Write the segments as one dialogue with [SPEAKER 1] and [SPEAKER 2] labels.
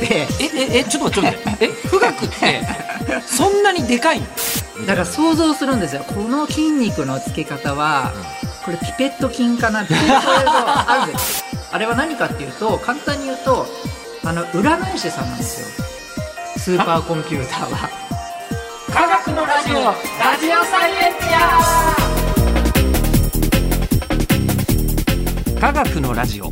[SPEAKER 1] てえええちょっと待ってちょっと待ってえ富岳ってそんなにでかいの
[SPEAKER 2] だから想像するんですよこの筋肉のつけ方はこれピペット筋かなってそういうのあるんですよあれは何かっていうと簡単に言うとあの占い師さんなんですよスーパーコンピューターは科学のラジオラジオサイエンティ
[SPEAKER 1] 科学のラジオ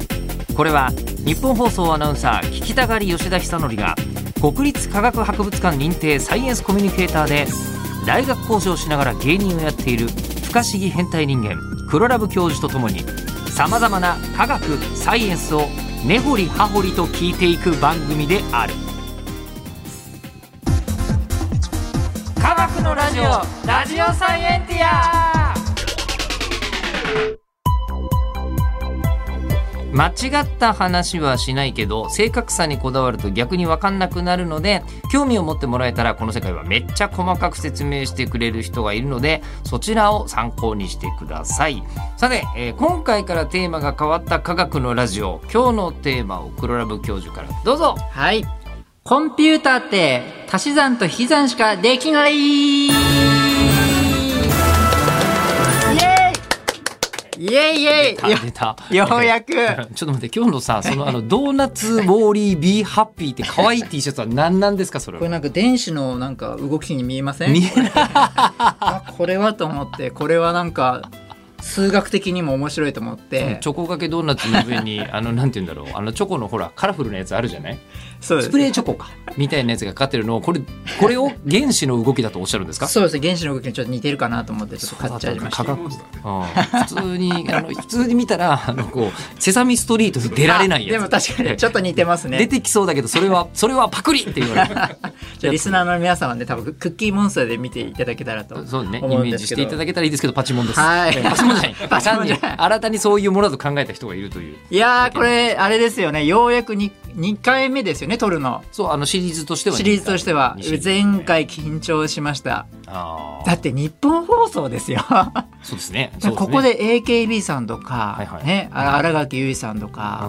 [SPEAKER 1] これは日本放送アナウンサー聞きたがり吉田久典が国立科学博物館認定サイエンスコミュニケーターで大学講師をしながら芸人をやっている不可思議変態人間黒ラブ教授とともにさまざまな科学サイエンスを根掘り葉掘りと聞いていく番組である科学のラジオラジオサイエンティア間違った話はしないけど正確さにこだわると逆に分かんなくなるので興味を持ってもらえたらこの世界はめっちゃ細かく説明してくれる人がいるのでそちらを参考にしてくださいさて、えー今回からテーマが変わった科学のラジオ今日のテーマを黒ラブ教授からどうぞ
[SPEAKER 2] アはいコンピューターって足し算と引き算しかできないイエイイエイイエイ
[SPEAKER 1] 出た出た
[SPEAKER 2] よようや く
[SPEAKER 1] ちょっと待って今日のさそのあのドーナツウォーリービーハッピーって可愛い T シャツは何なんですかそれ
[SPEAKER 2] これ
[SPEAKER 1] は
[SPEAKER 2] なんか電子のなんか動きに見えません
[SPEAKER 1] 見えない
[SPEAKER 2] あこれはと思ってこれはなんか数学的にも面白いと思って
[SPEAKER 1] チョコかけドーナツの上に あのなんて言うんだろうあのチョコのほらカラフルなやつあるじゃない
[SPEAKER 2] そうで
[SPEAKER 1] ス
[SPEAKER 2] す
[SPEAKER 1] プレーチョコかみたいなやつがかかってるのをこれこれを原子の動きだとおっしゃるんですか
[SPEAKER 2] そうですね原子の動きにちょっと似てるかなと思ってちょっと買っちゃいました
[SPEAKER 1] 科学、うん、普通にあの普通に見たらあのこうセサミストリートで出られないやつ
[SPEAKER 2] あでも確か にちょっと似てますね
[SPEAKER 1] 出てきそうだけどそれはそれはパクリって言われる
[SPEAKER 2] じゃあリスナーの皆様で多分クッキーモンスターで見ていただけたらと
[SPEAKER 1] そうね、イ
[SPEAKER 2] 思う
[SPEAKER 1] メ
[SPEAKER 2] ん
[SPEAKER 1] ー
[SPEAKER 2] で
[SPEAKER 1] ジ
[SPEAKER 2] す
[SPEAKER 1] して
[SPEAKER 2] けど
[SPEAKER 1] いただけたらいいですけど、パチモンです。
[SPEAKER 2] はい
[SPEAKER 1] えパチモンじゃない。
[SPEAKER 2] パチモンじゃない
[SPEAKER 1] 単に新たにそういうものだと考えた人がいるという。
[SPEAKER 2] いやーこれあれですよねようやく 2, 2回目ですよね撮るの
[SPEAKER 1] そう、あのシリーズとしては。
[SPEAKER 2] シリーズとしては
[SPEAKER 1] 二シリーズ
[SPEAKER 2] 前。回緊張しました
[SPEAKER 1] あ
[SPEAKER 2] だ
[SPEAKER 1] あ。
[SPEAKER 2] って日本放送ですよ
[SPEAKER 1] そうですね。そうすね
[SPEAKER 2] ここ。で AKB さんとか、
[SPEAKER 1] はいはい
[SPEAKER 2] ね、あ新垣結衣さんと
[SPEAKER 1] う
[SPEAKER 2] か、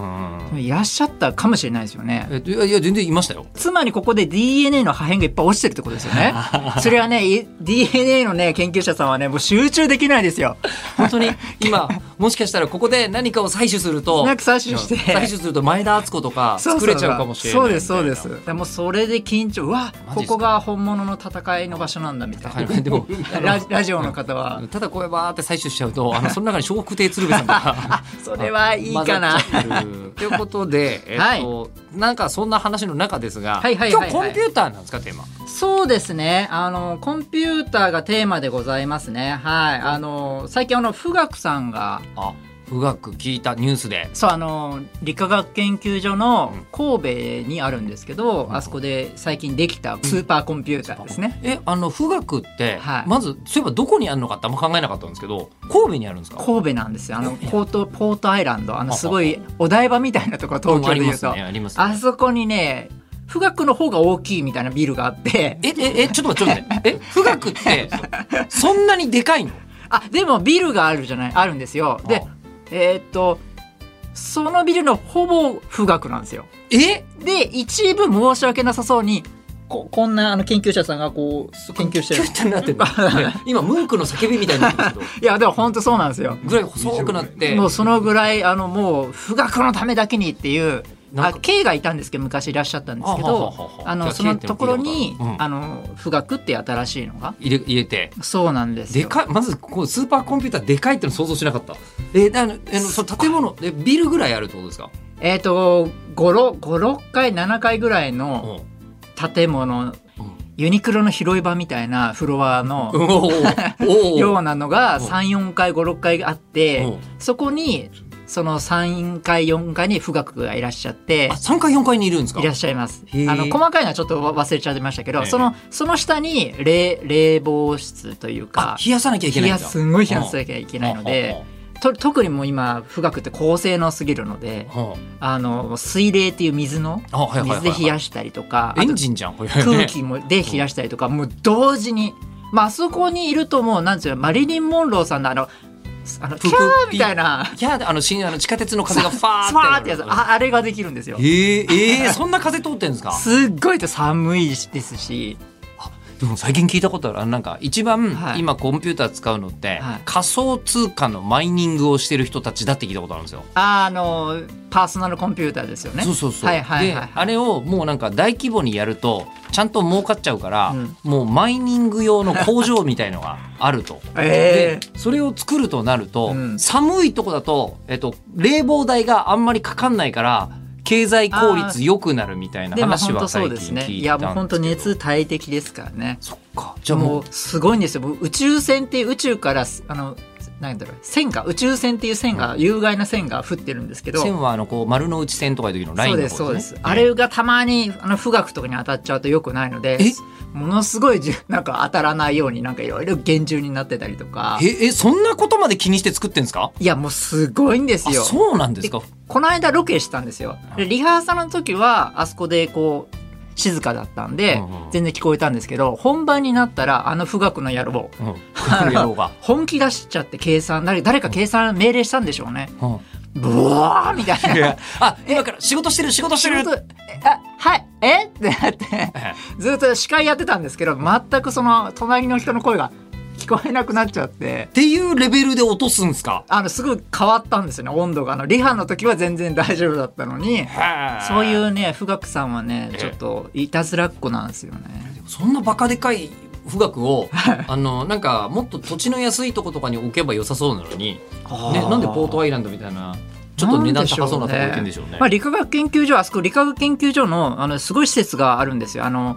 [SPEAKER 1] ん。
[SPEAKER 2] いらっしゃったかもしれないですよね。
[SPEAKER 1] えっと、いやいや、全然いましたよ。
[SPEAKER 2] つまりここで DNA の破片がいっぱい落ちてるってことです よね。それはね、い DNA のね、研究者さんはね、もう集中できないですよ。
[SPEAKER 1] 本 当に、今、もしかしたら、ここで何かを採取すると。
[SPEAKER 2] なんか採取して
[SPEAKER 1] 採取すると、前田敦子とか、
[SPEAKER 2] そう
[SPEAKER 1] 作れちゃうかもしれない
[SPEAKER 2] そうです、そうで
[SPEAKER 1] みたいな。
[SPEAKER 2] す。でもそれで緊張、うわ
[SPEAKER 1] マ、ジ
[SPEAKER 2] こ
[SPEAKER 1] っすか
[SPEAKER 2] こが本物の戦いの場所なんだみた
[SPEAKER 1] はい
[SPEAKER 2] い
[SPEAKER 1] はいでも
[SPEAKER 2] な。 ラジラジオの方は、
[SPEAKER 1] ただこれバーって採取しちゃう とあのその中に笑福亭鶴瓶さんとか
[SPEAKER 2] それ はいいかな
[SPEAKER 1] 混ざ。っちゃってるということで、えっとなんかそんな話の中ですが、
[SPEAKER 2] はいはいはいはい
[SPEAKER 1] 今日コンピューターなんですかテーマ。
[SPEAKER 2] そうですね。あの、コンピューターがテーマでございますね。はい。あの、最近あの、富岳さんが、
[SPEAKER 1] あ、富岳聞いたニュースで。
[SPEAKER 2] そう、あの、理化学研究所の
[SPEAKER 1] うん
[SPEAKER 2] 神戸にあるんですけど、あそこで最近できたスーパーコンピューターですね。
[SPEAKER 1] え、あの富岳って、
[SPEAKER 2] はい
[SPEAKER 1] まずそういえばどこにあるのかってあんま考えなかったんですけど、神戸にあるんですか。
[SPEAKER 2] 神戸なんですよ。あの、ポート、ポートアイランド。あの、
[SPEAKER 1] はは
[SPEAKER 2] すごい、お台場みたいなところ、東京で
[SPEAKER 1] うんあり
[SPEAKER 2] 言
[SPEAKER 1] ま
[SPEAKER 2] う
[SPEAKER 1] す
[SPEAKER 2] と
[SPEAKER 1] ね。ありますね
[SPEAKER 2] あそこにね、富岳の方が大きいみたいなビルがあって、
[SPEAKER 1] え、え、え、ちょっと待って、ちょっと待って。え、富岳ってそんなにでか いの？
[SPEAKER 2] あ、でもビルがあるじゃない、あるんですよ。で
[SPEAKER 1] あ、
[SPEAKER 2] えーっと、そのビルのほぼ富岳なんですよ。
[SPEAKER 1] え、
[SPEAKER 2] で一部申し訳なさそうにここんなあの研究者さんがこう研究してる
[SPEAKER 1] キュッてなってるの。ね 今ムンクの叫びみたいになってるんですけ
[SPEAKER 2] いやでも本当そうなんですよ
[SPEAKER 1] ど、ぐらい細くなって。
[SPEAKER 2] もうそのぐらいあのもう富岳のためだけにっていう
[SPEAKER 1] なん
[SPEAKER 2] あ
[SPEAKER 1] か
[SPEAKER 2] K がいたんですけど昔いらっしゃったんですけ
[SPEAKER 1] あはは
[SPEAKER 2] ど
[SPEAKER 1] はは
[SPEAKER 2] あ
[SPEAKER 1] い
[SPEAKER 2] の
[SPEAKER 1] や
[SPEAKER 2] そのところ
[SPEAKER 1] K って
[SPEAKER 2] に
[SPEAKER 1] 聞いたことあるうん
[SPEAKER 2] あの富岳っていう新しいのが
[SPEAKER 1] 入れ入れて。
[SPEAKER 2] そうなんです
[SPEAKER 1] で
[SPEAKER 2] よ
[SPEAKER 1] かいまずこうスーパーコンピューターでかいっての想像しなかった。えだあのあのその建物えビルぐらいあるってことですか。
[SPEAKER 2] えっ、と56階7階ぐらいの
[SPEAKER 1] う
[SPEAKER 2] 建物
[SPEAKER 1] ん
[SPEAKER 2] ユニクロの広い場みたいなフロアの
[SPEAKER 1] うんおーお
[SPEAKER 2] よ
[SPEAKER 1] ー
[SPEAKER 2] うなのが
[SPEAKER 1] うん
[SPEAKER 2] 34階56階あって
[SPEAKER 1] うん
[SPEAKER 2] そこにその3階4階に富岳がいらっしゃって
[SPEAKER 1] あ三階四階にいるんですか
[SPEAKER 2] いらっしゃいます
[SPEAKER 1] へー
[SPEAKER 2] あの細かいのはちょっと忘れちゃいましたけど、
[SPEAKER 1] ええ
[SPEAKER 2] そのその下に冷冷房室という
[SPEAKER 1] あ
[SPEAKER 2] か
[SPEAKER 1] 冷やさなきゃいけないんだ
[SPEAKER 2] 冷やすんごい冷やさなきゃいけ
[SPEAKER 1] け
[SPEAKER 2] ないのでと特にもう今富岳って高性能すぎるのであの水冷っていう水の
[SPEAKER 1] あはいはいはいは
[SPEAKER 2] 水
[SPEAKER 1] い
[SPEAKER 2] で冷やしたりとか
[SPEAKER 1] エ
[SPEAKER 2] あと
[SPEAKER 1] ンジンじゃんこれ
[SPEAKER 2] 空気もで冷やしたりとか、もう同時に、まああそこにいるともうなんていうのマリリン・モンローさんのあのあの
[SPEAKER 1] プ
[SPEAKER 2] キ
[SPEAKER 1] ー
[SPEAKER 2] ャ
[SPEAKER 1] プー
[SPEAKER 2] ーみたいな
[SPEAKER 1] キャーであの新あの地下鉄の風がファー
[SPEAKER 2] スワーってやつ
[SPEAKER 1] あ
[SPEAKER 2] ああれができるんですよ
[SPEAKER 1] えー、えー、そんな風通ってんですか
[SPEAKER 2] すっごいと寒いですし
[SPEAKER 1] でも最近聞いたことあるあのなんか一番
[SPEAKER 2] はい
[SPEAKER 1] 今コンピューター使うのって、
[SPEAKER 2] はい
[SPEAKER 1] 仮想通貨のマイニングをしてる人たちだって聞いたことあるんですよ。
[SPEAKER 2] あのパーソナルコンピューターですよね
[SPEAKER 1] そうそうそう、
[SPEAKER 2] はいはいはいはい
[SPEAKER 1] であれをもうなんか大規模にやるとちゃんと儲かっちゃうから、
[SPEAKER 2] うん
[SPEAKER 1] もうマイニング用の工場みたいのがあると。
[SPEAKER 2] え
[SPEAKER 1] でそれを作るとなると、
[SPEAKER 2] うん
[SPEAKER 1] 寒いとこだと、えっと、冷房代があんまりかかんないから経済効率良くなるみたい
[SPEAKER 2] え
[SPEAKER 1] な
[SPEAKER 2] でも
[SPEAKER 1] 話
[SPEAKER 2] 本
[SPEAKER 1] は
[SPEAKER 2] 当そ
[SPEAKER 1] 最
[SPEAKER 2] うです
[SPEAKER 1] 近
[SPEAKER 2] ね
[SPEAKER 1] 聞い
[SPEAKER 2] い
[SPEAKER 1] た
[SPEAKER 2] や
[SPEAKER 1] んですけど
[SPEAKER 2] もう本当熱大敵ですからね
[SPEAKER 1] そっかじゃあも
[SPEAKER 2] も
[SPEAKER 1] う
[SPEAKER 2] うすごいんですよ僕宇宙船っていう宇宙からすあのなんだろう線が宇宙船っていう線が、有害な線が降ってるんですけど
[SPEAKER 1] 線はあのこう丸の内線とかいう時のライ
[SPEAKER 2] そ
[SPEAKER 1] ン
[SPEAKER 2] う
[SPEAKER 1] の
[SPEAKER 2] です
[SPEAKER 1] 方
[SPEAKER 2] そう
[SPEAKER 1] で
[SPEAKER 2] ですす
[SPEAKER 1] ね。
[SPEAKER 2] あれがたまにあの富岳とかに当たっちゃうと良くないので
[SPEAKER 1] え
[SPEAKER 2] ものすごいじゅなんか当たらないようになんかいろいろ厳重になってたりとか
[SPEAKER 1] ええそんなことまで気にして作ってんですか？
[SPEAKER 2] いやもうすごいんです
[SPEAKER 1] あ
[SPEAKER 2] よ
[SPEAKER 1] そうなんですか。
[SPEAKER 2] この間ロケしたんですよでリハーサルの時はあそこでこう静かだったんで、
[SPEAKER 1] うんうん
[SPEAKER 2] 全然聞こえたんですけど本番になったらあの富岳の野郎
[SPEAKER 1] うん。この野郎が。
[SPEAKER 2] 本気出しちゃって計算誰誰か計算命令したんでしょうね
[SPEAKER 1] うん
[SPEAKER 2] ブワ ーみたい
[SPEAKER 1] い
[SPEAKER 2] な
[SPEAKER 1] やあ今から仕事してる仕事してる
[SPEAKER 2] 仕。事えあはいえってなって
[SPEAKER 1] え
[SPEAKER 2] ずっと司会やってたんですけど全くその隣の人の声が聞こえなくなっちゃって
[SPEAKER 1] っていうレベルで落とすんですか？。
[SPEAKER 2] あのすぐ変わったんですよね温度があのリハの時は全然大丈夫だったのにそういううね富岳さんはね
[SPEAKER 1] ええ
[SPEAKER 2] ちょっといたずらっ子なんですよね
[SPEAKER 1] そんなバカでかい富岳をあのなんかもっと土地の安いとことかに置けば良さそうなのに、ねなんでポートアイランドみたいなちょっと値段高そうなとこ置いてんでしょうね
[SPEAKER 2] まあ、。理化学研究所あそこ理化学研究所のあのすごい施設があるんですよあの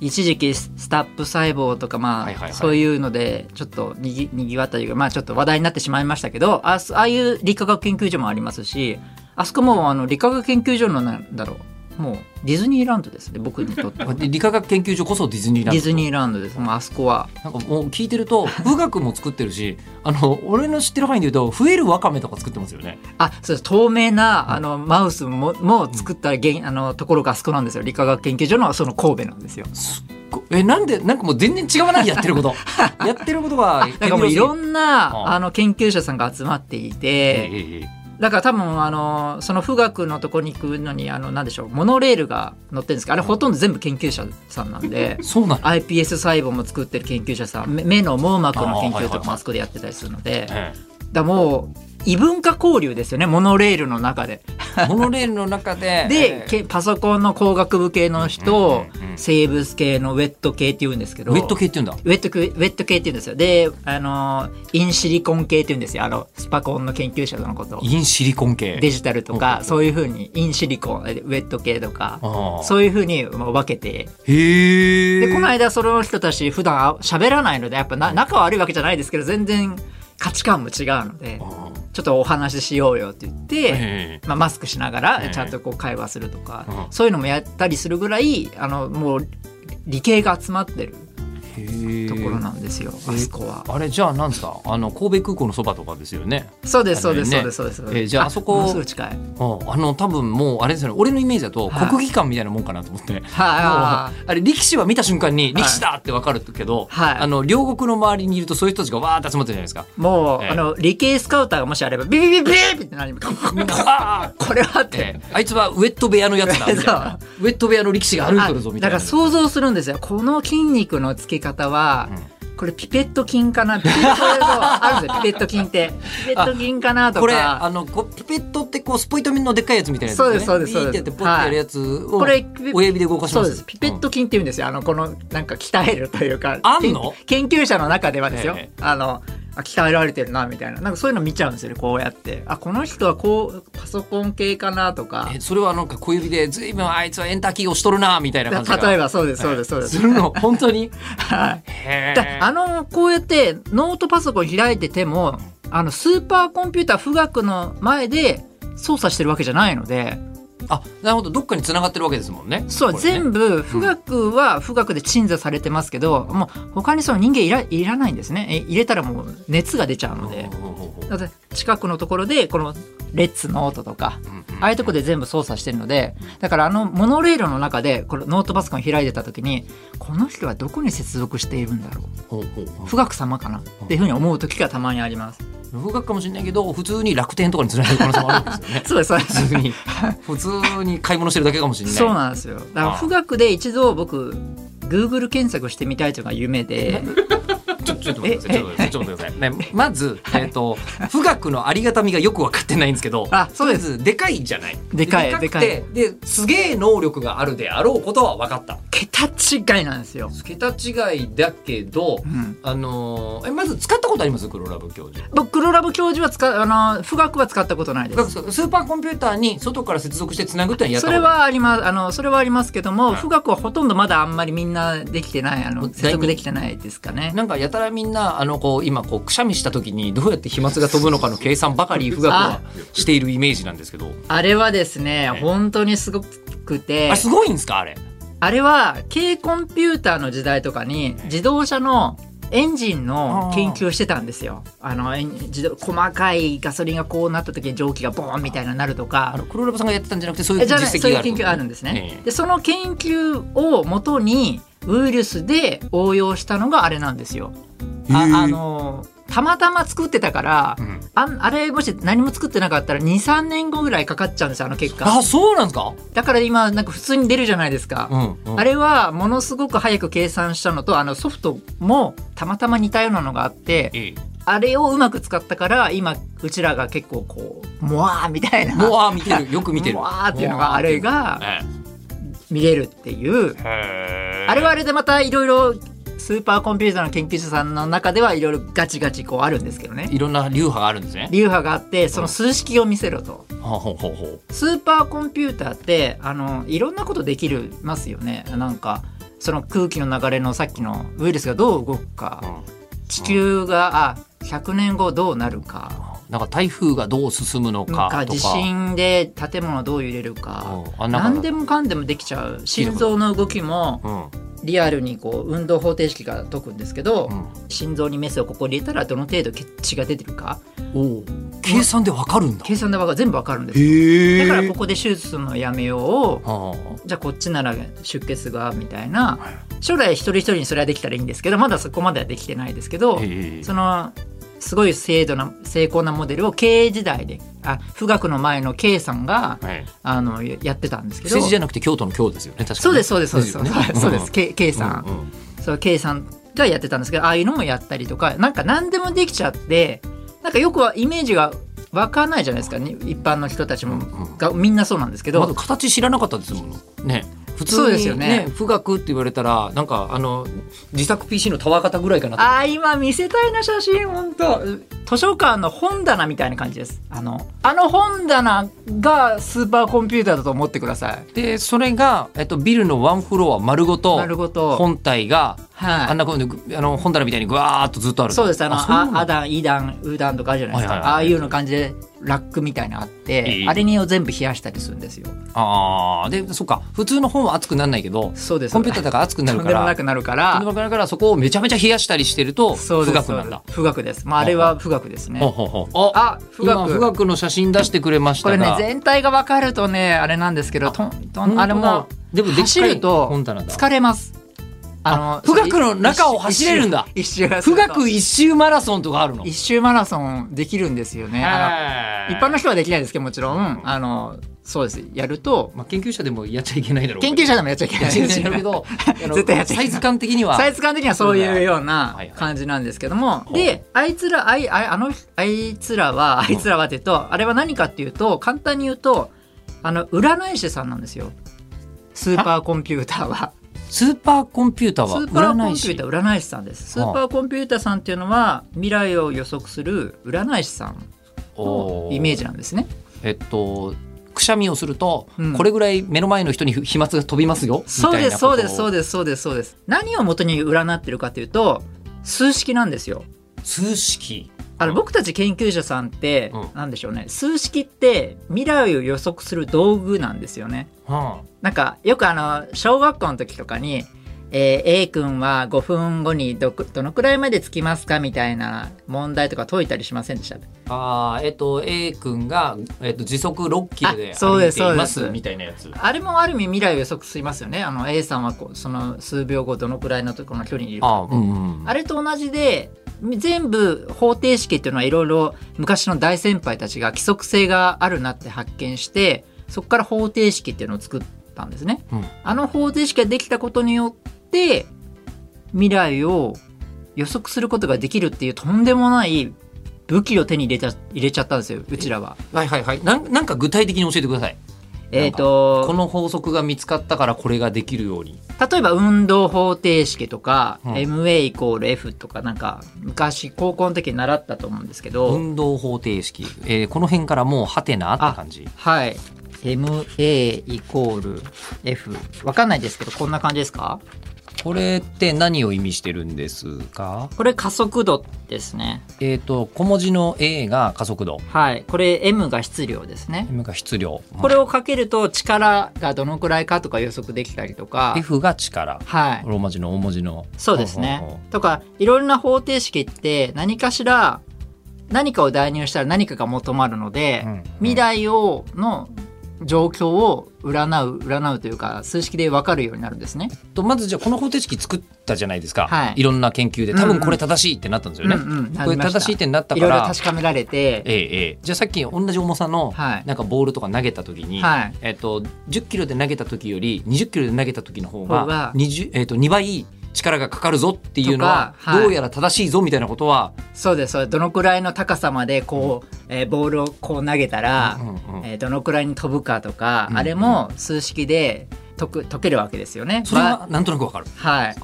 [SPEAKER 2] 一時期ススタップ細胞とか、まあ
[SPEAKER 1] はいはいはい
[SPEAKER 2] そういうのでちょっとにぎにぎわったというか、まあ、ちょっと話題になってしまいましたけどあそああいう理化学研究所もありますしあそこもあの理化学研究所のなんだろうもうディズニーランドですね僕にとってはデ
[SPEAKER 1] 理化学研究所こそ ディズニーランド。
[SPEAKER 2] ィズニーランドですもうあそこは
[SPEAKER 1] なんかもう聞いてると富岳も作ってるし あの俺の知ってる範囲で言うと増えるわかめとか作ってますよね
[SPEAKER 2] あそうです透明なあのマウスもも作ったげんあのところがあそこなんですよ理化学研究所のその神戸なんですよ
[SPEAKER 1] こえなんでなんかもう全然違わないやってる ことやってることが
[SPEAKER 2] だからもういろん
[SPEAKER 1] うん
[SPEAKER 2] なあの研究者さんが集まって
[SPEAKER 1] え
[SPEAKER 2] い
[SPEAKER 1] え
[SPEAKER 2] て、
[SPEAKER 1] ええ
[SPEAKER 2] だから多分あのその富岳のとこに行くのにあのなんでしょうモノレールが乗ってるんですけどあれほとんど全部研究者さんなんで
[SPEAKER 1] えそうなの、
[SPEAKER 2] iPS 細胞も作ってる研究者さんめ目の網膜の研究
[SPEAKER 1] あーはい
[SPEAKER 2] と
[SPEAKER 1] は
[SPEAKER 2] か
[SPEAKER 1] いは
[SPEAKER 2] も
[SPEAKER 1] い
[SPEAKER 2] あそこでやってたりするので、
[SPEAKER 1] え
[SPEAKER 2] だからもう異文化交流ですよねモノレールの中で。
[SPEAKER 1] えモノレールの中で
[SPEAKER 2] で、けパソコンの工学部系の人、
[SPEAKER 1] うんうんうん
[SPEAKER 2] 生物系のウェット系って言うんですけど
[SPEAKER 1] ウェット系って言うんだ
[SPEAKER 2] ウェット系ウェット系って言うんですよであのインシリコン系って言うんですよあのスパコンの研究者のことを
[SPEAKER 1] インシリコン系
[SPEAKER 2] デジタルと
[SPEAKER 1] う
[SPEAKER 2] か
[SPEAKER 1] ん
[SPEAKER 2] そういうふうにインシリコンウェット系とか
[SPEAKER 1] ああ
[SPEAKER 2] そういうふうにまあ分けて
[SPEAKER 1] へえ
[SPEAKER 2] でこの間その人たち普段あ喋らないのでやっぱな仲悪いわけじゃないですけど全然価値観も違うので
[SPEAKER 1] ああ
[SPEAKER 2] ちょっとお話ししようよって言って、
[SPEAKER 1] ええ
[SPEAKER 2] まあ、マスクしなが
[SPEAKER 1] ええ
[SPEAKER 2] らちゃんとこう会話するとか、
[SPEAKER 1] うん
[SPEAKER 2] そういうのもやったりするぐらいあのもう理系が集まってる
[SPEAKER 1] へえ
[SPEAKER 2] ところなんですよ、
[SPEAKER 1] え
[SPEAKER 2] あそこは。
[SPEAKER 1] あれじゃあなんですかあの神戸空港のそばとかですよね
[SPEAKER 2] そうですそうです
[SPEAKER 1] あ
[SPEAKER 2] そう
[SPEAKER 1] れね
[SPEAKER 2] ですそうです。
[SPEAKER 1] えーじゃああそこ
[SPEAKER 2] ものすごい近い。はい
[SPEAKER 1] うんあの多分もうあれですよね俺のイメージだと
[SPEAKER 2] はい
[SPEAKER 1] 国技館みたいなもんかなと思って、
[SPEAKER 2] あ
[SPEAKER 1] もうあれ力士は見た瞬間に
[SPEAKER 2] はい
[SPEAKER 1] 力士だってわかるけど、
[SPEAKER 2] はい
[SPEAKER 1] あの両国の周りにいるとそういう人たちがわーって集まってるじゃないですか。
[SPEAKER 2] ー。もう、
[SPEAKER 1] ええ
[SPEAKER 2] あの理系スカウターがもしあればビビビビビってなり
[SPEAKER 1] あ
[SPEAKER 2] これはって。
[SPEAKER 1] ええあいつはウェット部屋のやつだみたいなウェット部屋の力士が歩い
[SPEAKER 2] あ
[SPEAKER 1] て
[SPEAKER 2] だ
[SPEAKER 1] るぞみた
[SPEAKER 2] か
[SPEAKER 1] いな
[SPEAKER 2] ら想像するんですよこの筋肉のつけ方は、これピペット筋かなってそういうのあるんですよピペット筋ってピペット筋かなとか
[SPEAKER 1] これあのこうピペットってこうスポイトミンのでっかいやつみたいなやつです
[SPEAKER 2] そ
[SPEAKER 1] よ
[SPEAKER 2] う
[SPEAKER 1] ね
[SPEAKER 2] ですそう
[SPEAKER 1] ピ
[SPEAKER 2] ですそうです
[SPEAKER 1] ーってやってポッてやるやつを、
[SPEAKER 2] これピ
[SPEAKER 1] 親指で動かし
[SPEAKER 2] そ
[SPEAKER 1] ま
[SPEAKER 2] う
[SPEAKER 1] す
[SPEAKER 2] ですピペッ
[SPEAKER 1] う
[SPEAKER 2] ト
[SPEAKER 1] ん
[SPEAKER 2] 筋っていうんですよ、あのこのなんか鍛えるというか
[SPEAKER 1] あんの
[SPEAKER 2] けん研究者の中ではですよ、
[SPEAKER 1] ええ
[SPEAKER 2] あのあ鍛えられてるなみたいななんかそういうの見ちゃうんですよねこうやってあこの人はこうパソコン系かなとか
[SPEAKER 1] えそれはなんか小指でずいぶんあいつはエンターキー押しとるなみたいな
[SPEAKER 2] だ
[SPEAKER 1] 感じが
[SPEAKER 2] 例えばそうですそうですそうです
[SPEAKER 1] す、るの本当に
[SPEAKER 2] はい
[SPEAKER 1] へ
[SPEAKER 2] だ
[SPEAKER 1] え
[SPEAKER 2] あのこうやってノートパソコン開いててもあのスーパーコンピューター富岳の前で操作してるわけじゃないので
[SPEAKER 1] あなるほどどっかに繋がってるわけですもんね
[SPEAKER 2] そう、
[SPEAKER 1] これね
[SPEAKER 2] 全部富岳は富岳で鎮座されてますけど、もう他にその人間いらいらないんですねえ入れたらもう熱が出ちゃうので、だって近くのところでこのレッツノートとかああいうとこで全部操作してるのでだからあのモノレールの中でこのノートパソコン開いてた時にこの人はどこに接続しているんだろう富岳様かなっていうふうに思う時がたまにあります。
[SPEAKER 1] 不学かもしれないけど普通に楽天とかにつながる可能性もあるんですよね
[SPEAKER 2] そうですそうです
[SPEAKER 1] 普通に普通に買い物してるだけかもしれない
[SPEAKER 2] そうなんですよだから
[SPEAKER 1] ああ
[SPEAKER 2] 富岳で一度僕 Google 検索してみたいというのが夢で
[SPEAKER 1] ちょちょっと待ってくださいちょっと待ってちょっと待ってくださいねまずえっと富岳のありがたみがよく分かってないんですけど
[SPEAKER 2] あそうで
[SPEAKER 1] とりあ
[SPEAKER 2] す
[SPEAKER 1] えずでかいじゃない
[SPEAKER 2] でかい
[SPEAKER 1] くてですげえ能力があるであろうことは分かった
[SPEAKER 2] 桁違いなんですよ、
[SPEAKER 1] 桁違いだけど
[SPEAKER 2] うん、
[SPEAKER 1] あのーえまず使ったことあります黒ラブ教授
[SPEAKER 2] 僕黒ラブ教授は使うあの富岳は使ったことないで
[SPEAKER 1] だから
[SPEAKER 2] す
[SPEAKER 1] そうスーパーコンピューターに外から接続してつなぐってのはやった
[SPEAKER 2] そ
[SPEAKER 1] こ
[SPEAKER 2] れ
[SPEAKER 1] と
[SPEAKER 2] はありますあのそれはありますけど
[SPEAKER 1] は
[SPEAKER 2] も、
[SPEAKER 1] い
[SPEAKER 2] 富岳はほとんどまだあんまりみんなできてないあ
[SPEAKER 1] もう
[SPEAKER 2] の
[SPEAKER 1] 第二
[SPEAKER 2] 接続できてないですかね
[SPEAKER 1] なんかやたらみんなあのこう今こうくしゃみした時にどうやって飛沫が飛ぶのかの計算ばかり富岳はしているイメージなんですけど
[SPEAKER 2] あれはですね
[SPEAKER 1] ええ
[SPEAKER 2] 本当にすごくて
[SPEAKER 1] あすごいんですかあれ
[SPEAKER 2] あれは軽コンピューターの時代とかに自動車のエンジンの研究をしてたんですよ。あのエン自動細かいガソリンがこうなった時に蒸気がボーンみたいなのになると
[SPEAKER 1] あ
[SPEAKER 2] か
[SPEAKER 1] の。黒ラブさんがやってたんじゃなくてそういう
[SPEAKER 2] えじ
[SPEAKER 1] 実
[SPEAKER 2] ゃないそ
[SPEAKER 1] 績
[SPEAKER 2] うい
[SPEAKER 1] があ
[SPEAKER 2] う
[SPEAKER 1] る
[SPEAKER 2] 研究があるんですね。
[SPEAKER 1] ええ
[SPEAKER 2] でその研究をもとにウイルスで応用したのがあれなんですよ。あ
[SPEAKER 1] へえ
[SPEAKER 2] あのたまたま作ってたから、
[SPEAKER 1] うん
[SPEAKER 2] あんあれもし何も作ってなかったら23年後ぐらいかかっちゃうんですよあの結果
[SPEAKER 1] あそうなんですか、
[SPEAKER 2] だから今なんか普通に出るじゃないですか、
[SPEAKER 1] うんうん
[SPEAKER 2] あれはものすごく早く計算したのとあのソフトもたまたま似たようなのがあって
[SPEAKER 1] ええ
[SPEAKER 2] あれをうまく使ったから今うちらが結構こうもわーみたいな
[SPEAKER 1] もうあ見てるよく見てる
[SPEAKER 2] もわーっていうのがあれが
[SPEAKER 1] え
[SPEAKER 2] 見れるっていう
[SPEAKER 1] えへえ
[SPEAKER 2] あれはあれでまたいろいろスーパーコンピューターの研究者さんの中ではいろいろガチガチこうあるんですけどね
[SPEAKER 1] いろんな流派があるんですね
[SPEAKER 2] 流派があってその数式を見せろと。
[SPEAKER 1] ほうほうほうほう
[SPEAKER 2] スーパーコンピューターってあのいろんなことできるますよねなんかその空気の流れのさっきのウイルスがどう動くか
[SPEAKER 1] うん
[SPEAKER 2] 地球があ100年後どうなるか
[SPEAKER 1] なんか台風がどう進むの
[SPEAKER 2] な
[SPEAKER 1] か
[SPEAKER 2] んか
[SPEAKER 1] とか
[SPEAKER 2] 地震で建物どう揺れる
[SPEAKER 1] う
[SPEAKER 2] か
[SPEAKER 1] んあなん
[SPEAKER 2] 何
[SPEAKER 1] か
[SPEAKER 2] でもかんでもできちゃう心臓の動きも
[SPEAKER 1] うん
[SPEAKER 2] リアルにこう運動方程式が解くんですけど
[SPEAKER 1] うん
[SPEAKER 2] 心臓にメスをここに入れたらどの程度血が出てるか
[SPEAKER 1] おう計算でわかるんだ
[SPEAKER 2] 計算の場が全部わかるんです
[SPEAKER 1] へ
[SPEAKER 2] だ
[SPEAKER 1] え
[SPEAKER 2] からここで手術するのをやめようを
[SPEAKER 1] は
[SPEAKER 2] じゃあこっちなら出血がみたいな将来一人一人にそれはできたらいいんですけどまだそこまではできてないですけ
[SPEAKER 1] あ
[SPEAKER 2] ど
[SPEAKER 1] へえ
[SPEAKER 2] そのすごい精度な精巧なモデルを経営時代であ富岳の前の K さんが
[SPEAKER 1] はい
[SPEAKER 2] あのややってたんですけど
[SPEAKER 1] 政治じゃなくて京都の京ですよね確かに
[SPEAKER 2] そうですそうですそうです
[SPEAKER 1] そ
[SPEAKER 2] そうう
[SPEAKER 1] で
[SPEAKER 2] で
[SPEAKER 1] よね
[SPEAKER 2] すすそうです
[SPEAKER 1] う
[SPEAKER 2] K, K さ
[SPEAKER 1] うんんうん
[SPEAKER 2] そう K さんがやってたんですけどああいうのもやったりとかなんか何でもできちゃってなんかよくはイメージが湧かないじゃないですか、ね、一般の人たちも
[SPEAKER 1] うん
[SPEAKER 2] がみんなそうなんですけど、
[SPEAKER 1] まだ形知らなかったですものね普通に
[SPEAKER 2] そうですよね
[SPEAKER 1] 富岳って言われたらなんかあの自作 PC のタワー型ぐらいかなと
[SPEAKER 2] あー今見せたいな写真本当図書館の本棚みたいな感じですあのあの本棚がスーパーコンピューターだと思ってください
[SPEAKER 1] でそれが、えっと、ビルのワンフロア丸ごと
[SPEAKER 2] なるほど
[SPEAKER 1] 本体があ
[SPEAKER 2] は
[SPEAKER 1] んな風にぐあの本棚みたいにぐわーっとずっとあ
[SPEAKER 2] い
[SPEAKER 1] る
[SPEAKER 2] そうですあの
[SPEAKER 1] そうなんだ
[SPEAKER 2] あアダンイダンウダンとかあるじゃないですか、
[SPEAKER 1] はいはいはい
[SPEAKER 2] ああいうの感じでラックみたいなのあって、
[SPEAKER 1] ええ
[SPEAKER 2] あれにを全部冷やしたりするんですよ
[SPEAKER 1] あーでそっか普通の本は熱くならないけど
[SPEAKER 2] そうです
[SPEAKER 1] コンピューターだから熱くな
[SPEAKER 2] と
[SPEAKER 1] る
[SPEAKER 2] ん
[SPEAKER 1] か
[SPEAKER 2] でもな
[SPEAKER 1] ら
[SPEAKER 2] くなるか
[SPEAKER 1] とんで
[SPEAKER 2] ら
[SPEAKER 1] もなくなるからそこをめちゃめちゃ冷やしたりしてると
[SPEAKER 2] そう
[SPEAKER 1] 富
[SPEAKER 2] です
[SPEAKER 1] 岳なんだ。
[SPEAKER 2] そうです富岳です、まあ、あれは富岳ですね
[SPEAKER 1] ほうほうほうあ
[SPEAKER 2] あ富
[SPEAKER 1] 今
[SPEAKER 2] 岳
[SPEAKER 1] 富岳の写真出してくれまし
[SPEAKER 2] こ
[SPEAKER 1] た
[SPEAKER 2] れね
[SPEAKER 1] が
[SPEAKER 2] 全体が分かるとねあれなんですけどとんと
[SPEAKER 1] 本当
[SPEAKER 2] ん
[SPEAKER 1] だ
[SPEAKER 2] あれもう
[SPEAKER 1] でもでっ
[SPEAKER 2] 走
[SPEAKER 1] かい
[SPEAKER 2] ると
[SPEAKER 1] 本棚だ
[SPEAKER 2] 疲れます。
[SPEAKER 1] あ富岳の中を走れるんだ
[SPEAKER 2] 一周一周
[SPEAKER 1] 富岳一周マラソンとかあるの
[SPEAKER 2] 一周マラソンできるんですよね。あの一般の人はできないですけどもちろんあのそうですやると
[SPEAKER 1] まあ、研究者でもやっちゃいけないだろう
[SPEAKER 2] 研究者でもやっちゃいけない
[SPEAKER 1] 者やるけ どあの
[SPEAKER 2] 絶対やっちゃ
[SPEAKER 1] サ
[SPEAKER 2] いけない
[SPEAKER 1] イズ感的には
[SPEAKER 2] サイズ感的にはそういうよう
[SPEAKER 1] はいはい
[SPEAKER 2] な感じなんですけども、
[SPEAKER 1] ほう
[SPEAKER 2] であいつらあいあいあのあいつらはあいつらはっていうとあれは何かっていうと簡単に言うとあの占い師さんなんですよスーパーコンピューターは。
[SPEAKER 1] スーパーコンピューター
[SPEAKER 2] ス
[SPEAKER 1] は
[SPEAKER 2] ーパーコ
[SPEAKER 1] 占
[SPEAKER 2] ン
[SPEAKER 1] い
[SPEAKER 2] ピュー
[SPEAKER 1] 師
[SPEAKER 2] ター占い師さんですス
[SPEAKER 1] はあ
[SPEAKER 2] ーパーコンピューターさんっていうのは未来を予測する占い師さんのイメー
[SPEAKER 1] ジ
[SPEAKER 2] ジなんですね
[SPEAKER 1] えっとくしゃみをすると、
[SPEAKER 2] うん
[SPEAKER 1] これぐらい目の前の人に飛沫が飛びますよ
[SPEAKER 2] そうですそうですそう
[SPEAKER 1] で
[SPEAKER 2] ですそうですそうです何を元に占ってるかというと数式なんですよ
[SPEAKER 1] す数式
[SPEAKER 2] あの僕たち研究者さんって
[SPEAKER 1] うん
[SPEAKER 2] 何でしょうね数式って未来を予測する道具なんですよね
[SPEAKER 1] は
[SPEAKER 2] なんかよくあの小学校の時とかに、えー A 君は5分後にどどのくらいまでつきますかみたいな問題とか解いたりしませんでした
[SPEAKER 1] ああーえっと A 君が、えっと、時速6キロで
[SPEAKER 2] あそう
[SPEAKER 1] 歩い
[SPEAKER 2] です
[SPEAKER 1] ていま
[SPEAKER 2] そう
[SPEAKER 1] す
[SPEAKER 2] です
[SPEAKER 1] みたいなやつ
[SPEAKER 2] あれもある意味未来を予測しますよね。あの A さんはこうその数秒後どのくらいのところの距離にいるか。
[SPEAKER 1] あー、うんうん、
[SPEAKER 2] あれと同じで全部方程式っていうのはいろいろ昔の大先輩たちが規則性があるなって発見してそこから方程式っていうのを作ったんですね。
[SPEAKER 1] うん
[SPEAKER 2] あの方程式ができたことによって未来を予測することができるっていうとんでもない武器を手に入れた入れちゃったんですようちらは。
[SPEAKER 1] はいはいはいなんなんか具体的に教えてください
[SPEAKER 2] えっ、
[SPEAKER 1] ことの法則が見つかったからこれができるように
[SPEAKER 2] 例えば運動方程式とか、
[SPEAKER 1] うん
[SPEAKER 2] MA イコール F とかなんか昔高校の時に習ったと思うんですけど。
[SPEAKER 1] 運動方程式、えーこの辺からもうハテナって感じ
[SPEAKER 2] はい。MA イコール F。わかんないですけど、こんな感じですか
[SPEAKER 1] これって何を意味してるんですか
[SPEAKER 2] これ加速度ですね。
[SPEAKER 1] えっ、と小文字の A が加速度
[SPEAKER 2] はい。これ M が質量ですね。
[SPEAKER 1] M が質量
[SPEAKER 2] これをかけると力がどのくらいかとか予測できたりとか。
[SPEAKER 1] F が力
[SPEAKER 2] はい。
[SPEAKER 1] ローマ字の大文字の
[SPEAKER 2] そうです
[SPEAKER 1] ほうほ
[SPEAKER 2] ね
[SPEAKER 1] う。
[SPEAKER 2] とか、いろんな方程式って何かしら、何かを代入したら何かが求まるので、
[SPEAKER 1] うんうん
[SPEAKER 2] 未来を、の状況を占う、占うというか、数式で分かるようになるんですね。
[SPEAKER 1] とまずじゃあこの方程式作ったじゃないですか、
[SPEAKER 2] はい
[SPEAKER 1] いろんな研究で多分これ正しいってなったんですよね、
[SPEAKER 2] うんうんな
[SPEAKER 1] これ
[SPEAKER 2] りました
[SPEAKER 1] 正しいってなった
[SPEAKER 2] い
[SPEAKER 1] か
[SPEAKER 2] ろいろ
[SPEAKER 1] ら
[SPEAKER 2] 確かめられて、
[SPEAKER 1] ええええじゃあさっき同じ重さの
[SPEAKER 2] はい
[SPEAKER 1] なんかボールとか投げた時に、
[SPEAKER 2] はい。
[SPEAKER 1] えっと10キロで投げた時より20キロで投げた時の方
[SPEAKER 2] 方
[SPEAKER 1] が
[SPEAKER 2] が
[SPEAKER 1] 20、えっと2倍力がかかるぞっていうのは
[SPEAKER 2] とかはい
[SPEAKER 1] どうやら正しいぞみたいなことは、
[SPEAKER 2] そうですそうですどのくらいの高さまでこう、えーボールをこう投げたら、
[SPEAKER 1] うんうん
[SPEAKER 2] えーどのくらいに飛ぶかとか、
[SPEAKER 1] うん
[SPEAKER 2] あれも数式で解く解けるわけですよね。
[SPEAKER 1] それ
[SPEAKER 2] ば
[SPEAKER 1] はなんとなくわかる
[SPEAKER 2] はい、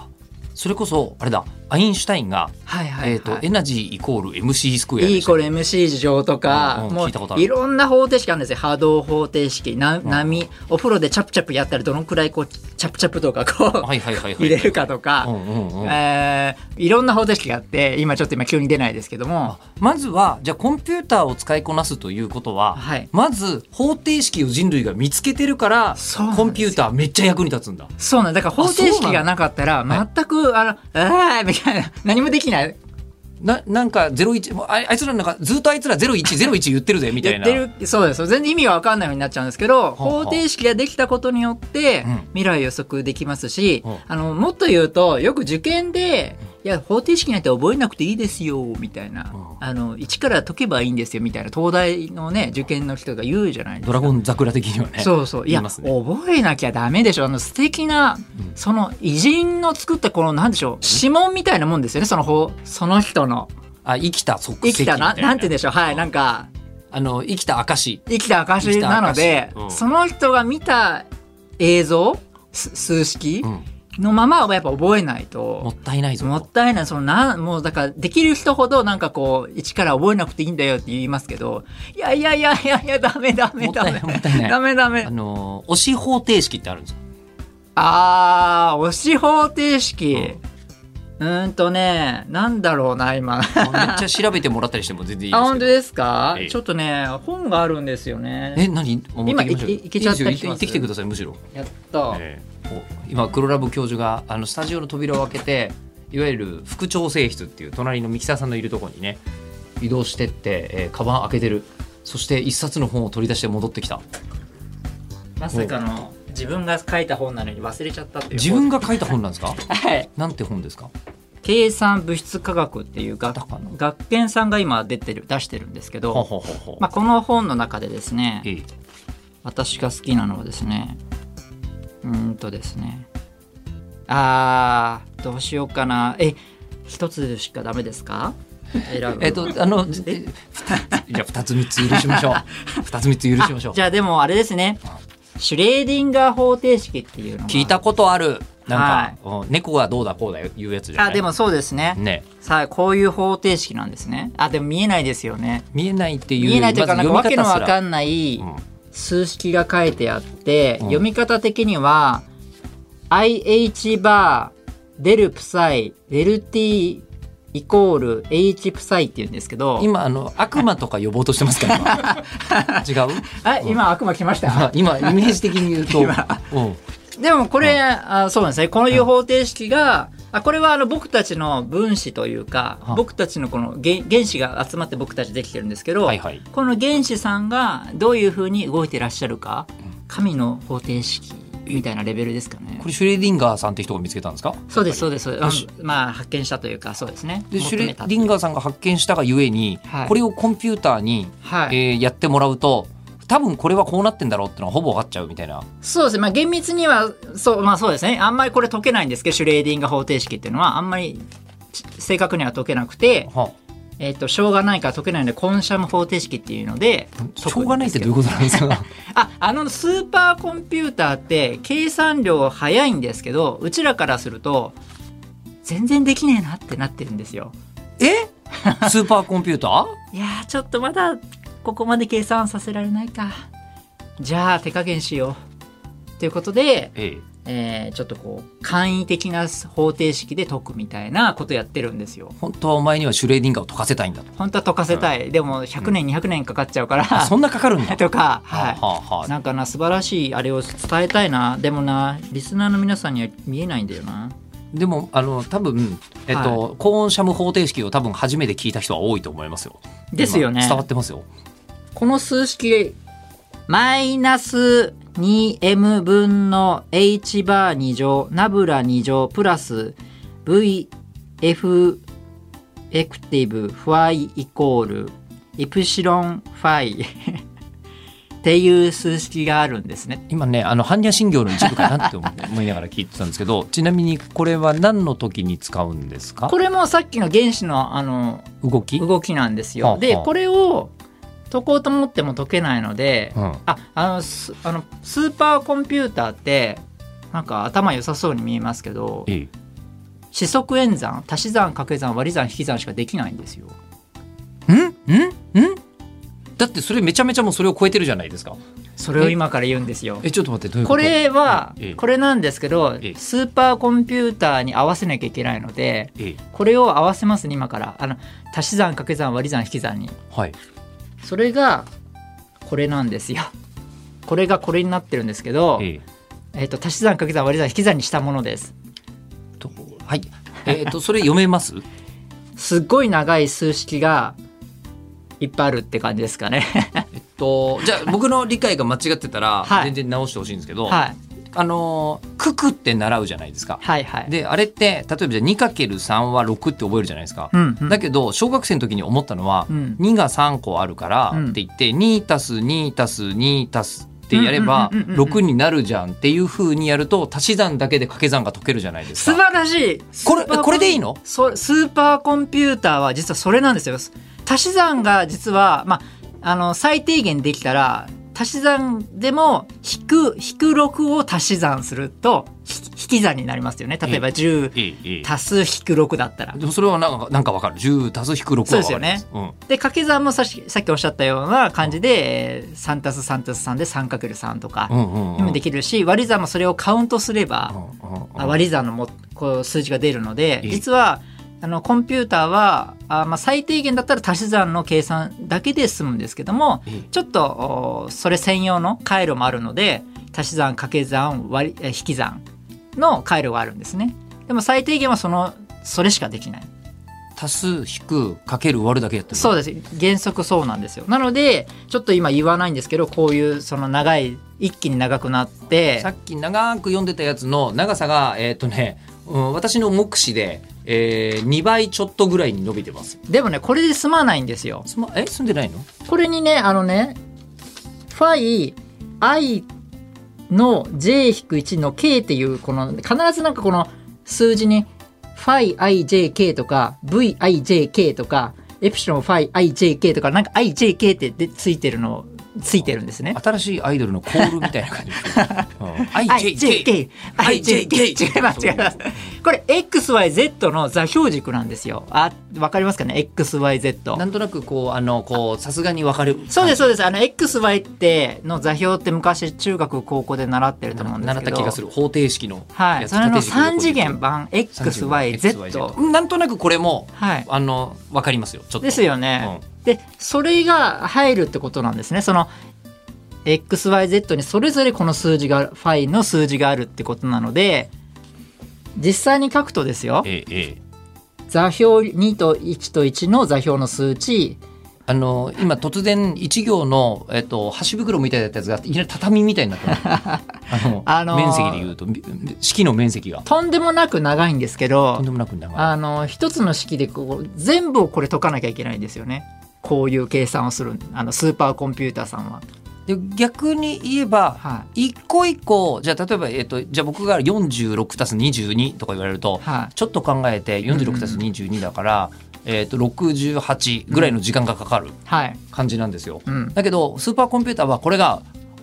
[SPEAKER 1] それこそあれだアインシュタインが、
[SPEAKER 2] はいはいはい
[SPEAKER 1] えっとエナジーイコール MC スクエア
[SPEAKER 2] E
[SPEAKER 1] で
[SPEAKER 2] イ
[SPEAKER 1] し
[SPEAKER 2] コ
[SPEAKER 1] た
[SPEAKER 2] ー
[SPEAKER 1] っ
[SPEAKER 2] ル
[SPEAKER 1] け
[SPEAKER 2] MC 乗と
[SPEAKER 1] うん
[SPEAKER 2] か、
[SPEAKER 1] うん
[SPEAKER 2] も
[SPEAKER 1] 聞
[SPEAKER 2] う
[SPEAKER 1] いたことある
[SPEAKER 2] いろんな方程式あるんですよ波動方程式な
[SPEAKER 1] うん
[SPEAKER 2] 波、お風呂でチャプチャプやったらどのくらいこうチャプチャプとかこう、
[SPEAKER 1] はいはいはいはい
[SPEAKER 2] 入れるかとか、
[SPEAKER 1] うんうんうん
[SPEAKER 2] えーいろんな方程式があって今ちょっと今急に出ないですけども
[SPEAKER 1] まずはじゃあコンピューターを使いこなすということは、
[SPEAKER 2] はい
[SPEAKER 1] まず方程式を人類が見つけてるから
[SPEAKER 2] そうなんです
[SPEAKER 1] コ
[SPEAKER 2] よ
[SPEAKER 1] ンピューターめっちゃ役に立つんだ。
[SPEAKER 2] そうなんだから方程
[SPEAKER 1] そうな
[SPEAKER 2] 式
[SPEAKER 1] の
[SPEAKER 2] がなかったら
[SPEAKER 1] はい
[SPEAKER 2] 全くあの「ああ」みたいな何もできない
[SPEAKER 1] ななんか01もうああいつらなんかずっとあいつら0101言ってるぜみたい
[SPEAKER 2] 言っ
[SPEAKER 1] な。
[SPEAKER 2] てるそうです全然意味が分かんないようになっちゃうんですけど
[SPEAKER 1] ほうほう
[SPEAKER 2] 方程式ができたことによって
[SPEAKER 1] うん
[SPEAKER 2] 未来予測できますし
[SPEAKER 1] ほう
[SPEAKER 2] あのもっと言うとよく受験で「いや方程式なんて覚えなくていいですよ」みたいな
[SPEAKER 1] ほう
[SPEAKER 2] あの一から解けばいいんですよみたいな東大のね受験の人が言うじゃないです
[SPEAKER 1] ド
[SPEAKER 2] か
[SPEAKER 1] ラ。ゴン桜的にはね。
[SPEAKER 2] そうそう。い
[SPEAKER 1] 言
[SPEAKER 2] や、
[SPEAKER 1] いますね
[SPEAKER 2] 覚えなきゃダメでしょ。あの、素敵な、
[SPEAKER 1] うん
[SPEAKER 2] その、偉人の作った、この、なんでしょう、指紋みたいなもんですよね、その方、その人の。
[SPEAKER 1] あ生きた足跡
[SPEAKER 2] 生きたな、
[SPEAKER 1] みい
[SPEAKER 2] なんて言うんでしょう。はい、なんか、
[SPEAKER 1] あの生きた証。
[SPEAKER 2] 生きた証なので
[SPEAKER 1] 生きた証う、ん
[SPEAKER 2] その人が見た映像、す数式
[SPEAKER 1] うん
[SPEAKER 2] のままはやっぱ覚えない
[SPEAKER 1] もっ
[SPEAKER 2] と。
[SPEAKER 1] たいないぞ。
[SPEAKER 2] もったいない、そのな、もうだから、できる人ほどなんかこう、一から覚えなくていいんだよって言いますけど、いやいやいやいやいや、ダメダメ
[SPEAKER 1] もっ
[SPEAKER 2] ダ
[SPEAKER 1] たいな
[SPEAKER 2] メ
[SPEAKER 1] い。もったいない
[SPEAKER 2] ダメダメ
[SPEAKER 1] あ。の押し方程式ってあるんで すか。
[SPEAKER 2] あー、押し方程式
[SPEAKER 1] う。
[SPEAKER 2] うーんとね、なんだろうな、
[SPEAKER 1] め
[SPEAKER 2] 今。
[SPEAKER 1] っちゃ調べてもらったりしても全然いいで
[SPEAKER 2] あ、
[SPEAKER 1] す
[SPEAKER 2] 本
[SPEAKER 1] け
[SPEAKER 2] 当
[SPEAKER 1] ど。
[SPEAKER 2] ですか、
[SPEAKER 1] ええ
[SPEAKER 2] ちょっとね、本があるんですよね。
[SPEAKER 1] え何持ってきましょう
[SPEAKER 2] 今いいいけちゃったり
[SPEAKER 1] いいですよ
[SPEAKER 2] し
[SPEAKER 1] 行
[SPEAKER 2] ます
[SPEAKER 1] ってきてくださいむしろ。
[SPEAKER 2] やった。
[SPEAKER 1] ええお今黒ラブ教授があのスタジオの扉を開けていわゆる副調整室っていう隣の三木沢さんのいるところにね移動してって、えー、カバン開けてるそして一冊の本を取り出して戻ってきた
[SPEAKER 2] まさかの、自分が書いた本なのに忘れちゃったっていう。
[SPEAKER 1] 自分が書いた本なんですか
[SPEAKER 2] はい。
[SPEAKER 1] なんて本ですか
[SPEAKER 2] 計算物質科学っていう学
[SPEAKER 1] だから
[SPEAKER 2] 学研さんが今出てる、出してるんですけ
[SPEAKER 1] ほう
[SPEAKER 2] ど、
[SPEAKER 1] ほうほうほう
[SPEAKER 2] まあ、この本の中でですね、
[SPEAKER 1] ええ
[SPEAKER 2] 私が好きなのはですねうーんとですねあーどうしようかなえ一つしかダメですか選ぶ
[SPEAKER 1] えっとあのじえじゃあ2つ3つ許しま しょう2つ3つ許しましょう
[SPEAKER 2] じゃあでもあれですねシュレーディンガー方程式っていうのが
[SPEAKER 1] 聞いたことあるなんか、うん猫がどうだこうだいうやつじゃない
[SPEAKER 2] あでもそうですね
[SPEAKER 1] ね
[SPEAKER 2] さあこういう方程式なんですねあでも見えないですよね
[SPEAKER 1] 見えないっていう
[SPEAKER 2] 見えないというか
[SPEAKER 1] ま
[SPEAKER 2] な
[SPEAKER 1] ず
[SPEAKER 2] んかわ
[SPEAKER 1] 読
[SPEAKER 2] け
[SPEAKER 1] み
[SPEAKER 2] の
[SPEAKER 1] 方す
[SPEAKER 2] わ
[SPEAKER 1] ら
[SPEAKER 2] かんない
[SPEAKER 1] うん
[SPEAKER 2] 数式が書いてあって、
[SPEAKER 1] うん
[SPEAKER 2] 読み方的には IH バーデルプサイデル T イコール H プサイって言うんですけど
[SPEAKER 1] 今あの悪魔とか呼ぼうとしてますから 今違う
[SPEAKER 2] あ今悪魔来ました
[SPEAKER 1] あ今イメージ的に言うと、うん、
[SPEAKER 2] 今でもこれ、あそうなんですねこのいう方程式が、あこれはあの僕たちの分子というか、
[SPEAKER 1] は
[SPEAKER 2] 僕たちのこの原原子が集まって僕たちできてるんですけど、
[SPEAKER 1] はいはい
[SPEAKER 2] この原子さんがどういうふうに動いてらっしゃるか神の方程式みたいなレベルですかね
[SPEAKER 1] これシュレーディンガーさんって人が見つけたんですか
[SPEAKER 2] そうですそうですそうです、うんまあ発見したというかそうですね
[SPEAKER 1] でシュレ
[SPEAKER 2] 求めた
[SPEAKER 1] ーディンガーさんが発見したがゆえに、
[SPEAKER 2] はい
[SPEAKER 1] これをコンピューターに、
[SPEAKER 2] はい
[SPEAKER 1] えーやってもらうと多分これはこうなってんだろうってのはほぼ分かっちゃうみたいな
[SPEAKER 2] そうですねまあ厳密にはそうまあそうですねあんまりこれ解けないんですけどシュレーディンガー方程式っていうのはあんまりち正確には解けなくて、
[SPEAKER 1] は
[SPEAKER 2] えっとしょうがないから解けないのでコンシャム方程式っていうので
[SPEAKER 1] あしょうがないってどういうことなんですか
[SPEAKER 2] ああのスーパーコンピューターって計算量早いんですけどうちらからすると全然できねえなってなってるんですよ。
[SPEAKER 1] えスーパーコンピューター
[SPEAKER 2] いやーちょっとまだここまで計算させられないかじゃあ手加減しようということで、
[SPEAKER 1] え
[SPEAKER 2] えーちょっとこう簡易的な方程式で解くみたいなことやってるんですよ。
[SPEAKER 1] 本当はお前にはシュレーディンガーを解かせたいんだと
[SPEAKER 2] 本当は解かせたい、でも100年200年かかっちゃうから、
[SPEAKER 1] あそんなかかるん だ
[SPEAKER 2] とか、はい、
[SPEAKER 1] はあはあ
[SPEAKER 2] なんかな素晴らしいあれを伝えたいなでもなリスナーの皆さんには見えないんだよな
[SPEAKER 1] でもあの多分、えっとコーンシャム方程式を多分初めて聞いた人は多いと思いますよ。
[SPEAKER 2] ですよね
[SPEAKER 1] 今伝わってますよ。
[SPEAKER 2] この数式マイナス 2m 分の h バー2乗ナブラ2乗プラス vf エクティブファイイコールイプシロンファイ っていう数式があるんですね。
[SPEAKER 1] 今ねあの般若心経の一部かなって思思いながら聞いてたんですけ どちなみにこれは何の時に使うんですか
[SPEAKER 2] これもさっきの原子のあの
[SPEAKER 1] 動き、うん、
[SPEAKER 2] 動きなんです
[SPEAKER 1] はあ
[SPEAKER 2] よ。で
[SPEAKER 1] はあ
[SPEAKER 2] これを解こうと思っても解けないので、
[SPEAKER 1] あ
[SPEAKER 2] ああのスあのスーパーコンピューターってなんか頭良さそうに見えますけど
[SPEAKER 1] ええ
[SPEAKER 2] 四則演算足し算掛け算割り算引き算しかできないんですよ。
[SPEAKER 1] んんんだってそれめちゃめちゃもうそれを超えてるじゃないですか。
[SPEAKER 2] それを今から言うんですよ。
[SPEAKER 1] えちょっと待ってどういうこ
[SPEAKER 2] ことれは
[SPEAKER 1] ええ
[SPEAKER 2] これなんですけど
[SPEAKER 1] ええ
[SPEAKER 2] スーパーコンピューターに合わせなきゃいけないので
[SPEAKER 1] ええ
[SPEAKER 2] これを合わせますね今からあの足し算掛け算割り算引き算に。
[SPEAKER 1] はい
[SPEAKER 2] それがこれなんですよ。これがこれになってるんですけど、
[SPEAKER 1] ええ
[SPEAKER 2] えっと足し算掛け算割り算引き算にしたものです。
[SPEAKER 1] とはい えっ、とそれ読めます？
[SPEAKER 2] すっごい長い数式がいっぱいあるって感じですかね。
[SPEAKER 1] えっとじゃあ僕の理解が間違ってたら
[SPEAKER 2] はい
[SPEAKER 1] 全然直してほしいんですけど、
[SPEAKER 2] はい
[SPEAKER 1] あのー九九って習うじゃないですか。
[SPEAKER 2] はいはい。
[SPEAKER 1] であれって例えばじゃあ 2×3 は6って覚えるじゃないですか。
[SPEAKER 2] うん、うん
[SPEAKER 1] だけど小学生の時に思ったのは、
[SPEAKER 2] うん
[SPEAKER 1] 2が3個あるから
[SPEAKER 2] うん
[SPEAKER 1] って言って2足す2足す2足すってやれば
[SPEAKER 2] うんうんうんうんうん
[SPEAKER 1] 6になるじゃんっていうふうにやると足し算だけで掛け算が解けるじゃないです
[SPEAKER 2] 素
[SPEAKER 1] か。
[SPEAKER 2] 晴らしい。
[SPEAKER 1] これ
[SPEAKER 2] スーパーコン
[SPEAKER 1] これでいいの
[SPEAKER 2] そスーパーコンピューターは実はそれなんですよ。足し算が実はまああの最低限できたら足し算でも引く引く六を足し算するとひ引き算になりますよね。例えば10
[SPEAKER 1] いいいい
[SPEAKER 2] 足す引く6だったら
[SPEAKER 1] で。もそれはなんかなんかわかる10足す引く6はわかります。うん
[SPEAKER 2] で掛け算もさっきさっきおっしゃったような感じで3たす3たす3で 3×3 とか
[SPEAKER 1] うんうん
[SPEAKER 2] に
[SPEAKER 1] うん
[SPEAKER 2] もできるし割り算もそれをカウントすれば
[SPEAKER 1] うんうんうん
[SPEAKER 2] あ割り算のもこう数字が出るので
[SPEAKER 1] ええ
[SPEAKER 2] 実はあのコンピューターはあ、まあ、最低限だったら足し算の計算だけで済むんですけども
[SPEAKER 1] ええ
[SPEAKER 2] ちょっとおそれ専用の回路もあるので足し算掛け算割りえ引き算の回路があるんですね。でも最低限はそのそれしかできない。
[SPEAKER 1] 足す引くかける割るだけやってる
[SPEAKER 2] そうです原則そうなんですよなのでちょっと今言わないんですけどこういうその長い一気に長くなって
[SPEAKER 1] さっき長く読んでたやつの長さがえっ、とね、うん、私の目視で、えー、2倍ちょっとぐらいに伸びてます
[SPEAKER 2] でもねこれで済まないんですよ
[SPEAKER 1] すまえ住んでないの
[SPEAKER 2] これにねあのねファイ i の j-1 の k っていうこの必ずなんかこの数字にファイ ijk とか vijk とかエプシロンファイ ijk とかなんか ijk ってでついてるのついてるんですね
[SPEAKER 1] 新しいアイドルのコールみたいな感じですね、 うん IJK
[SPEAKER 2] IJK IJK 違います違いますこれ XYZ の座標軸なんですよあわかりますかね XYZ
[SPEAKER 1] なんとなくこうあのこうさすがに分かる
[SPEAKER 2] そうですそうですあの XY っての座標って昔中学高校で習ってると思うんです
[SPEAKER 1] 習っ
[SPEAKER 2] けど
[SPEAKER 1] た気がす
[SPEAKER 2] る
[SPEAKER 1] る方程式の
[SPEAKER 2] はい
[SPEAKER 1] やつ
[SPEAKER 2] それの
[SPEAKER 1] 縦軸
[SPEAKER 2] 3次元
[SPEAKER 1] 横
[SPEAKER 2] 版
[SPEAKER 1] 軸三次元版
[SPEAKER 2] XYZ
[SPEAKER 1] XYZ なんとなくこれも
[SPEAKER 2] はい
[SPEAKER 1] あの分かりますよちょっと
[SPEAKER 2] ですよね、でそれが入るってことなんですねその XYZ にそれぞれこの数字がファイの数字があるってことなので実際に書くとですよ
[SPEAKER 1] ええええ
[SPEAKER 2] 座標2と1と1の座標の数値
[SPEAKER 1] あの今突然一行の、えっと、箸袋みたいだったやつがいきなり畳みたいになって るあの、
[SPEAKER 2] あのー
[SPEAKER 1] 面積でいうとみ式の面積が
[SPEAKER 2] とんでもなく長いんですけ
[SPEAKER 1] と
[SPEAKER 2] ど
[SPEAKER 1] んでもなく長い
[SPEAKER 2] あの一つの式でこう全部をこれ解かなきゃいけないんですよねこういう計算をするあのスーパーコンピューターさんは。
[SPEAKER 1] で逆に言えば
[SPEAKER 2] は
[SPEAKER 1] 一個一個じゃあ例えば、えっと、じゃあ僕が46たす22とか言われると
[SPEAKER 2] い、はい
[SPEAKER 1] ちょっと考えて46たす22だから、えっと68ぐらいの時間がかかる
[SPEAKER 2] はい
[SPEAKER 1] 感じなんですよ。
[SPEAKER 2] うん、
[SPEAKER 1] だけどスーパーコンピューターはこれが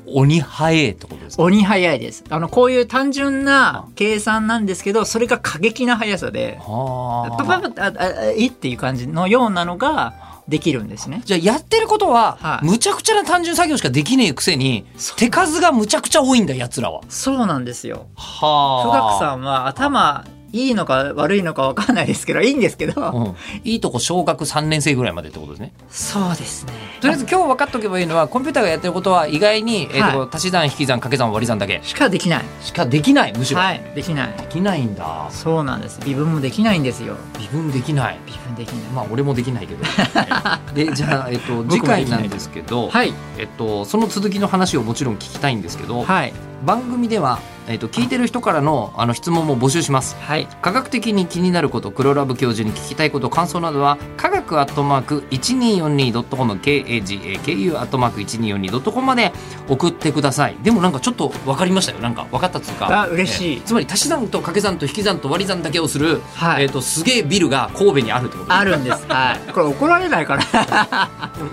[SPEAKER 1] 鬼早えってことですか
[SPEAKER 2] 鬼早いですあのこういう単純な計算なんですけどそれが過激な速さで
[SPEAKER 1] あー
[SPEAKER 2] パパパッあああえっていう感じのようなのができるんですね。
[SPEAKER 1] じゃあやってることは、
[SPEAKER 2] はい
[SPEAKER 1] むちゃくちゃな単純作業しかできねえくせに
[SPEAKER 2] そう
[SPEAKER 1] 手数がむちゃくちゃ多いんだやつらは。
[SPEAKER 2] そうなんですよ
[SPEAKER 1] は
[SPEAKER 2] 富岳さんは頭いいのか悪いのかわかんないですけどいいんですけど
[SPEAKER 1] うん、いいとこ小学3年生ぐらいまでってことですね。
[SPEAKER 2] そうですね
[SPEAKER 1] とりあえず今日分かっとけばいいのはコンピューターがやってることは意外に、えーと足し算引き算掛け算割り算だけ
[SPEAKER 2] しかできない
[SPEAKER 1] しかできないむしろ、
[SPEAKER 2] はいできない
[SPEAKER 1] できないんだ
[SPEAKER 2] そうなんです微分もできないんですよ
[SPEAKER 1] 微分できない
[SPEAKER 2] 微分できない
[SPEAKER 1] まあ俺もできない けどでじゃあ、えっと、
[SPEAKER 2] 僕もで
[SPEAKER 1] 次
[SPEAKER 2] きない
[SPEAKER 1] 回なんですけど、
[SPEAKER 2] はい
[SPEAKER 1] えっと、その続きの話をもちろん聞きたいんですけど、
[SPEAKER 2] はい
[SPEAKER 1] 番組では、えっと、聞いてる人からのあの質問も募集します
[SPEAKER 2] はい
[SPEAKER 1] 科学的に気になること黒ラブ教授に聞きたいこと感想などは科学アットマーク 1242.com KAGAKU アットマーク 1242.com まで送ってくださいでもなんかちょっと分かりましたよなんか分かったっつうか
[SPEAKER 2] あ嬉しい
[SPEAKER 1] えーつまり足し算と掛け算と引き算と割り算だけをする、
[SPEAKER 2] はい
[SPEAKER 1] えー、とすげえビルが神戸にあるってこと
[SPEAKER 2] あるんですはい これ怒られないから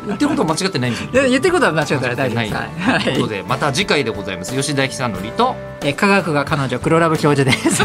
[SPEAKER 1] 言ってることは間違ってないんですよ
[SPEAKER 2] で言ってることは間違ってない大丈夫です
[SPEAKER 1] 間
[SPEAKER 2] は
[SPEAKER 1] 違という
[SPEAKER 2] い
[SPEAKER 1] こ
[SPEAKER 2] は
[SPEAKER 1] と
[SPEAKER 2] い
[SPEAKER 1] でまた次回でございます吉田ひさんのりと
[SPEAKER 2] え科学が彼女黒ラブ教授です